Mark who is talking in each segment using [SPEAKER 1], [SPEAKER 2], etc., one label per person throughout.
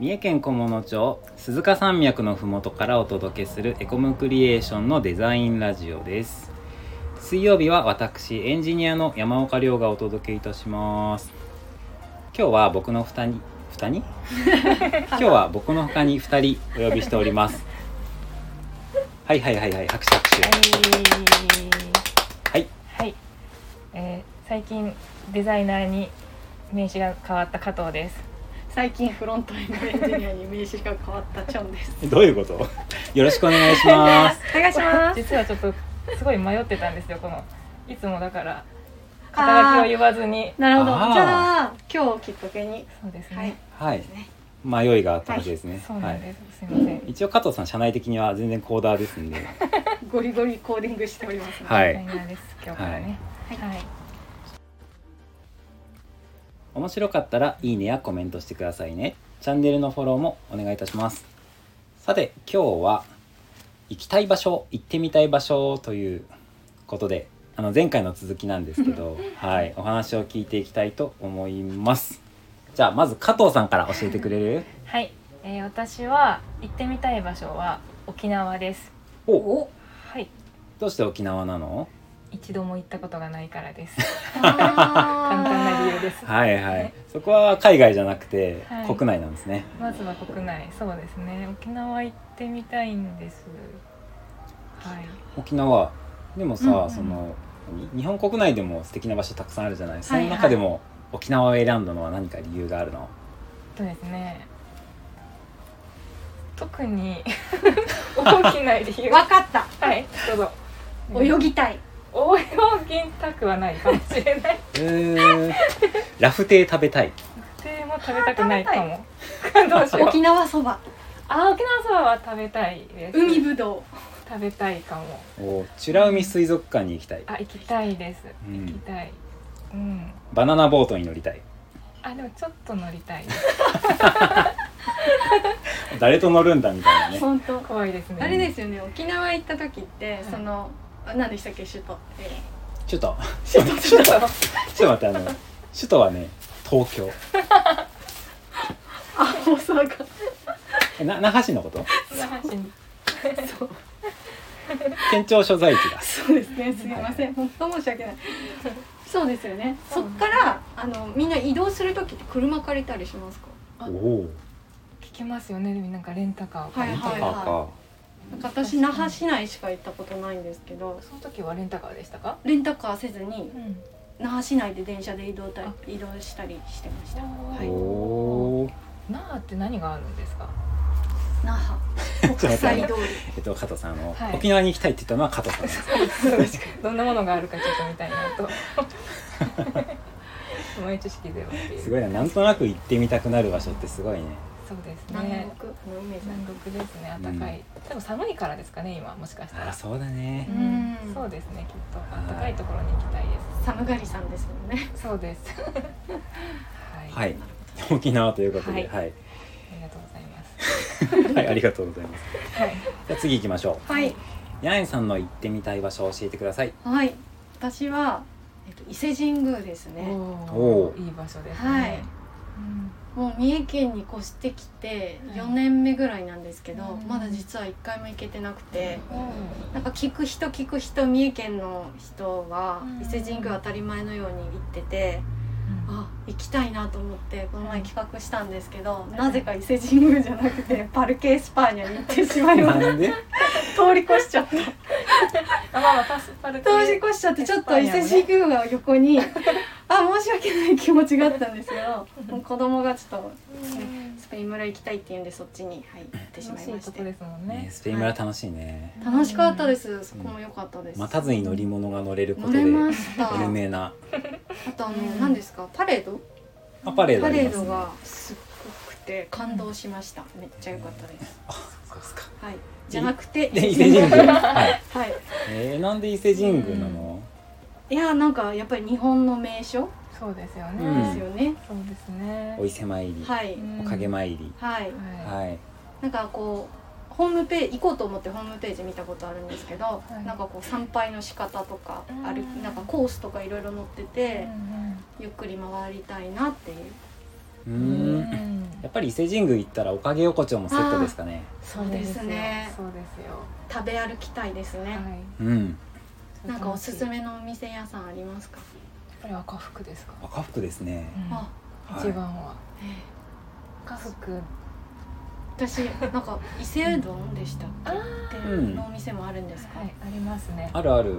[SPEAKER 1] 三重県菰野町鈴鹿山脈のふもとからお届けするエコムクリエーションのデザインラジオです水曜日は私エンジニアの山岡亮がお届けいたします今日は僕の二人二人今日は僕の他に二人お呼びしておりますはいはいはいはい拍手拍手はい
[SPEAKER 2] はい、えー最近デザイナーに名刺が変わった加藤です
[SPEAKER 3] 最近フロントエンドエンジニアに名刺が変わったチョンです。
[SPEAKER 1] どういうことよろしくお願いします
[SPEAKER 3] お願いしま。
[SPEAKER 2] 実はちょっとすごい迷ってたんですよこのいつもだから肩書きを言わずに
[SPEAKER 3] なるほど。
[SPEAKER 1] あー
[SPEAKER 3] じゃあ今日をきっかけに、
[SPEAKER 2] そうですね、
[SPEAKER 3] はい、
[SPEAKER 1] はい
[SPEAKER 3] ですね
[SPEAKER 1] 迷いがあったわけですね
[SPEAKER 2] そう
[SPEAKER 1] は
[SPEAKER 2] なん
[SPEAKER 1] い
[SPEAKER 2] です、すいません
[SPEAKER 1] 一応加藤さん社内的には全然コーダーですんで
[SPEAKER 3] ゴリゴリコーディングしております、ね。
[SPEAKER 1] は
[SPEAKER 2] デザイ
[SPEAKER 1] い
[SPEAKER 2] ナーです今日からね
[SPEAKER 3] はい
[SPEAKER 2] はい、
[SPEAKER 1] 面白かったらいいねやコメントしてくださいねチャンネルのフォローもお願いいたしますさて今日は行きたい場所行ってみたい場所ということであの前回の続きなんですけ どはいお話を聞いていきたいと思いますじゃあまず加藤さんから教えてくれる
[SPEAKER 2] はいえー私は行ってみたい場所は沖縄です
[SPEAKER 1] お
[SPEAKER 2] はい
[SPEAKER 1] どうして沖縄なの
[SPEAKER 2] 一度も行ったことがないからです
[SPEAKER 3] 簡。
[SPEAKER 2] 簡単な理由ですす
[SPEAKER 1] はいは
[SPEAKER 2] はい
[SPEAKER 1] いそこは海外じゃなくて
[SPEAKER 2] はい
[SPEAKER 1] 国内なんですね、
[SPEAKER 2] まずは国内そうですね沖縄行ってみたいんですはい
[SPEAKER 1] 沖縄でもさ、
[SPEAKER 2] うんうん
[SPEAKER 1] その何日本国内でも素敵な場所たくさんあるじゃないその
[SPEAKER 3] はい
[SPEAKER 1] 中でも沖縄を選んだのは何か理由があるの、
[SPEAKER 2] そうですね特 に大きな理由は
[SPEAKER 3] わかった。
[SPEAKER 2] いどうぞ
[SPEAKER 3] 泳ぎたい。
[SPEAKER 2] 泳ぎたくはないかもしれない
[SPEAKER 1] えー、 ラフテー食べたい
[SPEAKER 2] でも食べたくないかもどうしよう
[SPEAKER 3] 沖縄そば、
[SPEAKER 2] あ沖縄そばは食べたいです
[SPEAKER 3] 海ぶど
[SPEAKER 2] 食べたいかも
[SPEAKER 1] お美ら海水族館に行きたい、
[SPEAKER 2] あ行きたいです、
[SPEAKER 1] うん
[SPEAKER 2] 行きたいうん
[SPEAKER 1] バナナボートに乗りたい
[SPEAKER 2] あでもちょっと乗りたいです
[SPEAKER 1] 誰と乗るんだみた
[SPEAKER 3] う。
[SPEAKER 1] いなね
[SPEAKER 3] 本当。
[SPEAKER 2] 怖いですね
[SPEAKER 3] あれですよね。沖縄行った時って、その何でしたっけ首都。え
[SPEAKER 1] ちょっとち
[SPEAKER 3] ち
[SPEAKER 1] ょ
[SPEAKER 3] ょ
[SPEAKER 1] っ
[SPEAKER 3] っ
[SPEAKER 1] と
[SPEAKER 3] と
[SPEAKER 1] ちょっと待 ってあの首都はね東京
[SPEAKER 3] ーあ、大阪。
[SPEAKER 1] えな那覇市のこと
[SPEAKER 2] 那覇市に
[SPEAKER 3] そう。
[SPEAKER 1] 県庁所在地だ
[SPEAKER 3] そうですね。すみません。本当申し訳ない。そうですよね。そっからあのみんな移動する時って車借りたりしますか。あ
[SPEAKER 1] おお
[SPEAKER 2] 聞きますよねなんかレンタカーを
[SPEAKER 1] ー
[SPEAKER 2] 借りて、
[SPEAKER 3] はいはい
[SPEAKER 1] なんか
[SPEAKER 3] なんか私那覇市内しか行ったことないんですけど
[SPEAKER 2] その時はレンタカーでしたか、
[SPEAKER 3] レンタカーせずに
[SPEAKER 2] うん、
[SPEAKER 3] 那覇市内で電車で移動た
[SPEAKER 2] あ
[SPEAKER 3] 移動したりしてました
[SPEAKER 1] お
[SPEAKER 3] い
[SPEAKER 1] おー
[SPEAKER 2] 那覇って何があるんですか
[SPEAKER 3] 那 覇
[SPEAKER 1] ちょっと
[SPEAKER 3] 国
[SPEAKER 1] 待
[SPEAKER 3] 際
[SPEAKER 1] って
[SPEAKER 3] 通り
[SPEAKER 1] えっと加藤さんあの、
[SPEAKER 2] はい
[SPEAKER 1] 沖縄に行きたいって言ったのは加藤さんなんです
[SPEAKER 2] どんなものがあるかちょっと見たいなと 前知識ゼロっていう
[SPEAKER 1] すごいななんとなく行ってみたくなる場所ってすごいね
[SPEAKER 2] そうです
[SPEAKER 3] 南
[SPEAKER 2] ね
[SPEAKER 3] 国のイメージ
[SPEAKER 2] 南国ですね暖かい、でも寒いからですかね今もしかした
[SPEAKER 1] ああ
[SPEAKER 2] ら
[SPEAKER 1] そうだね
[SPEAKER 2] ん
[SPEAKER 3] うん
[SPEAKER 2] そうですねきっと暖かいところに行きたいで
[SPEAKER 3] 寒がりさんですもんね
[SPEAKER 2] すそうです はい、
[SPEAKER 1] は
[SPEAKER 2] あ
[SPEAKER 1] い沖縄ということで
[SPEAKER 2] は
[SPEAKER 1] はい、
[SPEAKER 2] りがとうございます
[SPEAKER 1] はいありがとうございます
[SPEAKER 2] はい
[SPEAKER 1] じゃあ次行きましょ
[SPEAKER 3] はい
[SPEAKER 1] うヤエンさんの行ってみたい場所を教えてください
[SPEAKER 3] はい私は、えっと、伊勢神宮ですね
[SPEAKER 2] お
[SPEAKER 1] お
[SPEAKER 2] おいい場所ですね、
[SPEAKER 3] はい
[SPEAKER 2] うん
[SPEAKER 3] もう三重県に越してきて
[SPEAKER 2] はい
[SPEAKER 3] 4年目ぐらいなんですけど、
[SPEAKER 2] うん
[SPEAKER 3] まだ実は1回も行けてなくて、なんか聞く人聞く人三重県の人は
[SPEAKER 2] うん
[SPEAKER 3] 伊勢神宮当たり前のように行っててあ行きたいなと思ってこの前企画したんですけど
[SPEAKER 2] ん
[SPEAKER 3] なぜか伊勢神宮じゃなくてパルケ・エスパーニャに行ってしまいまし
[SPEAKER 1] なんで
[SPEAKER 3] た通り越しち ゃった
[SPEAKER 2] あまあまあパスパルテ
[SPEAKER 3] 通り越しちゃってちょっと伊勢神宮が横にあ申し訳ない気持ちがあったんですけどもう子供がちょっと
[SPEAKER 2] うん
[SPEAKER 3] スペイン村行きたいって言うんでそっちに、はい、行ってしま
[SPEAKER 2] 楽
[SPEAKER 3] い
[SPEAKER 2] しい
[SPEAKER 3] まし
[SPEAKER 2] とこ
[SPEAKER 3] て
[SPEAKER 2] ですもん
[SPEAKER 1] ね
[SPEAKER 2] ね。。
[SPEAKER 1] スペイン村楽しいね
[SPEAKER 3] 楽しかったですすそこも良かったです、
[SPEAKER 1] 待たずに乗り物が乗れるこ
[SPEAKER 3] 乗
[SPEAKER 1] とで
[SPEAKER 3] れま
[SPEAKER 1] 有
[SPEAKER 3] した
[SPEAKER 1] 名な
[SPEAKER 3] あとあの
[SPEAKER 2] うん
[SPEAKER 3] 何ですかパレード
[SPEAKER 1] あパレード
[SPEAKER 3] パ
[SPEAKER 1] あり
[SPEAKER 3] レ
[SPEAKER 1] ま
[SPEAKER 3] ー
[SPEAKER 1] す
[SPEAKER 3] ド
[SPEAKER 1] ね
[SPEAKER 3] がすっごくて感動しました。めっちゃ良かったです。
[SPEAKER 1] そうですか
[SPEAKER 3] はい。じゃなくて
[SPEAKER 1] で伊勢神宮はい
[SPEAKER 3] はい。
[SPEAKER 1] えー、なんで伊勢神宮なの、
[SPEAKER 3] いやーなんかやっぱり日本の名所
[SPEAKER 2] そうですよ
[SPEAKER 1] う
[SPEAKER 2] ね。
[SPEAKER 3] ですよね。
[SPEAKER 2] そうですね。
[SPEAKER 1] お伊勢参り、
[SPEAKER 3] はい、
[SPEAKER 1] おかげ
[SPEAKER 2] は
[SPEAKER 1] 参り、
[SPEAKER 3] はい。
[SPEAKER 2] い。
[SPEAKER 1] はい
[SPEAKER 3] なんかこうホームページ行こうと思ってホームページ見たことあるんですけど、
[SPEAKER 2] い
[SPEAKER 3] なんかこう参拝の仕方とか
[SPEAKER 2] うん
[SPEAKER 3] あるなんかコースとかいろいろ載ってて
[SPEAKER 2] うん
[SPEAKER 3] ゆっくり回りたいなっていう。
[SPEAKER 1] うー
[SPEAKER 2] う
[SPEAKER 1] ん
[SPEAKER 2] んうん
[SPEAKER 1] やっぱり伊勢神宮行ったらおかげ横丁もセットですかね
[SPEAKER 3] そうですね
[SPEAKER 2] そうですよ。
[SPEAKER 3] 食べ歩きたいですね、
[SPEAKER 2] はい。
[SPEAKER 1] うん
[SPEAKER 3] なんかおすす
[SPEAKER 2] やっ
[SPEAKER 3] めのお店屋さんありますか、
[SPEAKER 2] ぱり赤服ですか。
[SPEAKER 1] 赤福ですね、
[SPEAKER 4] うん
[SPEAKER 3] あ
[SPEAKER 1] はい
[SPEAKER 2] 一番は
[SPEAKER 3] ええ
[SPEAKER 2] 赤服。
[SPEAKER 3] 私なんか伊勢うどんでしたっけっていうのお店もあるんですか、
[SPEAKER 2] はいありますね。
[SPEAKER 1] あるある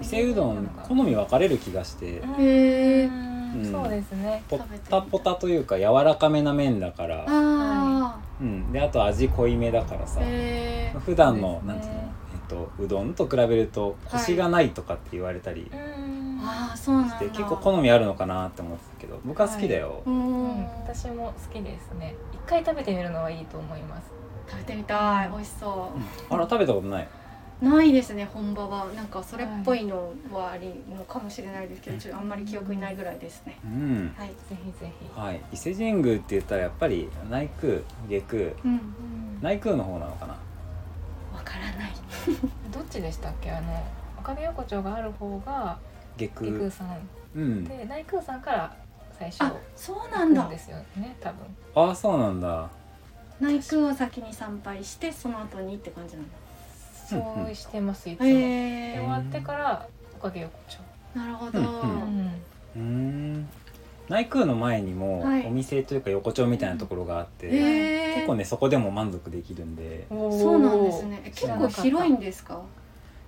[SPEAKER 1] 伊勢うどん好み分かれる気がして
[SPEAKER 2] うん
[SPEAKER 3] へー
[SPEAKER 2] うんそうですね。
[SPEAKER 1] ポッタポタというか柔らかめな麺だから、
[SPEAKER 3] あ
[SPEAKER 1] うん、であと味濃いめだから
[SPEAKER 3] あ
[SPEAKER 1] さ、
[SPEAKER 3] へえ
[SPEAKER 1] 普段の、
[SPEAKER 2] そうですね
[SPEAKER 1] なんていうの、えっと、うどんと比べるとコシがないとかって言われたり
[SPEAKER 2] うん
[SPEAKER 3] ああそうなん
[SPEAKER 1] し
[SPEAKER 3] だ
[SPEAKER 1] て、結構好みあるのかなって思ってたけど僕は好きだよ、
[SPEAKER 3] う
[SPEAKER 2] うんん私も好きですね。一回食べてみるのはいいと思います。
[SPEAKER 3] 食べてみたい美味しそ
[SPEAKER 1] あら食べたことないう
[SPEAKER 3] ないですね本場はなんかそれっぽいのはありのかもしれないですけどちょっとあんまり記憶にないぐらいですね
[SPEAKER 1] うん
[SPEAKER 3] はい
[SPEAKER 2] ぜひぜひ。
[SPEAKER 1] はい伊勢神宮って言ったらやっぱり内宮下宮
[SPEAKER 3] うん
[SPEAKER 2] うん
[SPEAKER 1] 内宮の方なのかな
[SPEAKER 3] わからない
[SPEAKER 2] どっちでしたっけあの赤毛横丁がある方が
[SPEAKER 1] 下
[SPEAKER 2] 陸
[SPEAKER 1] 宮
[SPEAKER 2] 空さん
[SPEAKER 1] うん
[SPEAKER 2] で内空さんから最初
[SPEAKER 3] あそうなんだ
[SPEAKER 2] ですよね多分。
[SPEAKER 1] ああそうなんだ
[SPEAKER 3] 内宮を先に参拝してその後にって感じなんだ
[SPEAKER 2] そうしてますいつも。
[SPEAKER 3] へ
[SPEAKER 2] で
[SPEAKER 3] え
[SPEAKER 2] 終わってからおかげ横丁。
[SPEAKER 3] なるほど、
[SPEAKER 1] うんう
[SPEAKER 2] うん。
[SPEAKER 1] うーん内宮の前にも
[SPEAKER 3] はい
[SPEAKER 1] お店というか横丁みたいなところがあって、
[SPEAKER 3] へえ
[SPEAKER 1] 結構ねそこでも満足できるんで
[SPEAKER 3] そうなんですね。え
[SPEAKER 2] 知
[SPEAKER 3] 結
[SPEAKER 2] らな
[SPEAKER 3] 構
[SPEAKER 2] かった
[SPEAKER 3] 広いんですか。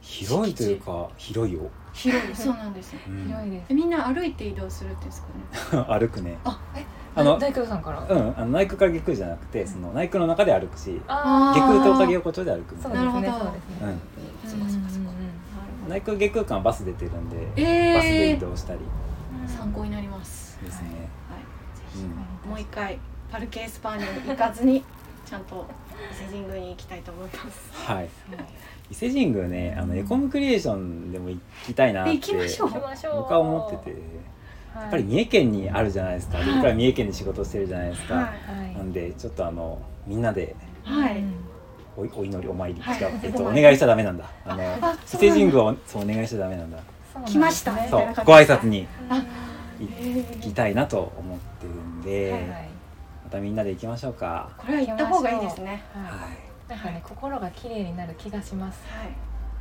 [SPEAKER 1] 広いというか広いよ、
[SPEAKER 3] 広い。そうなん ですね。
[SPEAKER 1] う
[SPEAKER 2] おー。広い
[SPEAKER 1] ん、
[SPEAKER 2] です。
[SPEAKER 3] えみんな歩いて移動するんですかね。
[SPEAKER 1] 歩くね
[SPEAKER 3] あ
[SPEAKER 2] え
[SPEAKER 1] あの
[SPEAKER 2] 大工さんから。
[SPEAKER 1] う。んあの内宮から下宮じゃなくてその内宮の中で歩くし
[SPEAKER 2] あ
[SPEAKER 3] あ
[SPEAKER 2] あ。
[SPEAKER 1] 下宮とおかげ横丁で歩くみ
[SPEAKER 2] そ
[SPEAKER 1] たい
[SPEAKER 2] うで
[SPEAKER 1] な
[SPEAKER 2] す
[SPEAKER 3] な
[SPEAKER 2] ね。
[SPEAKER 3] るほど
[SPEAKER 2] そうですね。
[SPEAKER 3] そこそこそこなる
[SPEAKER 1] 内宮下宮間バス出てるん
[SPEAKER 3] ほど
[SPEAKER 1] で、バスで
[SPEAKER 3] え
[SPEAKER 1] 移
[SPEAKER 3] ー
[SPEAKER 1] 動したり
[SPEAKER 3] 参考になります。
[SPEAKER 1] ですね、
[SPEAKER 3] はい。ぜ
[SPEAKER 1] う
[SPEAKER 3] ひ
[SPEAKER 1] ん
[SPEAKER 3] もう一回パルケースパーに行かずにちゃんと伊勢神宮に行きたいと思います。
[SPEAKER 1] はい伊勢神宮ねあのエコムクリエーションでも行きたいなって
[SPEAKER 3] 行きましょう
[SPEAKER 2] 行きましょう。
[SPEAKER 1] 僕は思ってて
[SPEAKER 2] はい。
[SPEAKER 1] やっぱり三重県にあるじゃないですか、
[SPEAKER 3] はい
[SPEAKER 1] 僕ら三重県で仕事してるじゃないですか、
[SPEAKER 3] はい。
[SPEAKER 2] はい
[SPEAKER 1] なんでちょっとあのみんなで
[SPEAKER 3] はい
[SPEAKER 2] うん
[SPEAKER 1] おお祈りお参り、
[SPEAKER 3] はい
[SPEAKER 1] 違うえっと
[SPEAKER 3] お
[SPEAKER 1] お
[SPEAKER 3] 参り
[SPEAKER 1] 願いしちゃダメなんだあの
[SPEAKER 3] あ、
[SPEAKER 1] 伊
[SPEAKER 3] そう
[SPEAKER 1] 勢
[SPEAKER 3] なんだ
[SPEAKER 1] 神宮はそうお願いしちゃダメなんだ
[SPEAKER 2] そうなんですね
[SPEAKER 3] 来ましたみたいな
[SPEAKER 1] そう
[SPEAKER 3] 感じです
[SPEAKER 1] ご挨拶に
[SPEAKER 2] うん
[SPEAKER 3] あ
[SPEAKER 1] 行
[SPEAKER 3] へー
[SPEAKER 1] きたいなと思ってるんで、
[SPEAKER 2] はいはい
[SPEAKER 1] またみんなで行きましょうか
[SPEAKER 3] これは行った方がいいですね。
[SPEAKER 2] は
[SPEAKER 1] はい
[SPEAKER 2] なんかね心が綺麗になる気がします。
[SPEAKER 3] は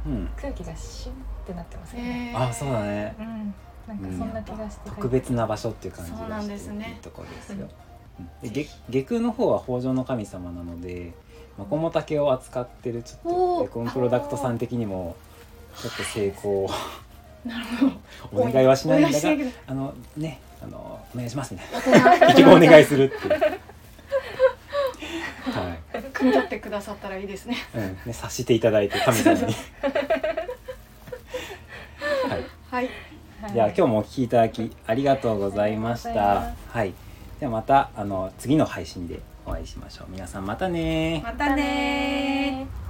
[SPEAKER 3] い。
[SPEAKER 1] い、うん、
[SPEAKER 2] 空気がシュンってなってますよね。
[SPEAKER 3] えー
[SPEAKER 1] あそうだ。ね
[SPEAKER 2] うん。なんかそんな気がして。
[SPEAKER 1] 特別な場所っていう感じが
[SPEAKER 3] そうなん
[SPEAKER 1] し
[SPEAKER 3] です
[SPEAKER 1] て
[SPEAKER 3] ね
[SPEAKER 1] いいとこです
[SPEAKER 2] うん
[SPEAKER 1] よ、うんで下下宮の方は北条の神様なのでマコモタケを扱ってるちょっ
[SPEAKER 3] お
[SPEAKER 1] と
[SPEAKER 3] ー
[SPEAKER 1] エコンプロダクトさん的にもちょっと成功を
[SPEAKER 3] なるほど。
[SPEAKER 1] お願いはしないんだが
[SPEAKER 3] お願いしない
[SPEAKER 1] あのねあのお願いしますね
[SPEAKER 3] けど大
[SPEAKER 1] 一
[SPEAKER 3] 人
[SPEAKER 1] 応お
[SPEAKER 3] 大人
[SPEAKER 1] 願いする っていうはい、
[SPEAKER 3] 組み取ってくださったらいいですね。
[SPEAKER 1] うん、ね察していただいて神様に はい
[SPEAKER 3] はい。
[SPEAKER 2] はい。
[SPEAKER 1] じゃあ今日もお聞きいただきありがとうございまし
[SPEAKER 2] ありがとうござ
[SPEAKER 1] た
[SPEAKER 2] いま。
[SPEAKER 1] はい。ではまたあの次の配信でお会いしましょう。皆さんまたね
[SPEAKER 3] またねー。
[SPEAKER 2] ー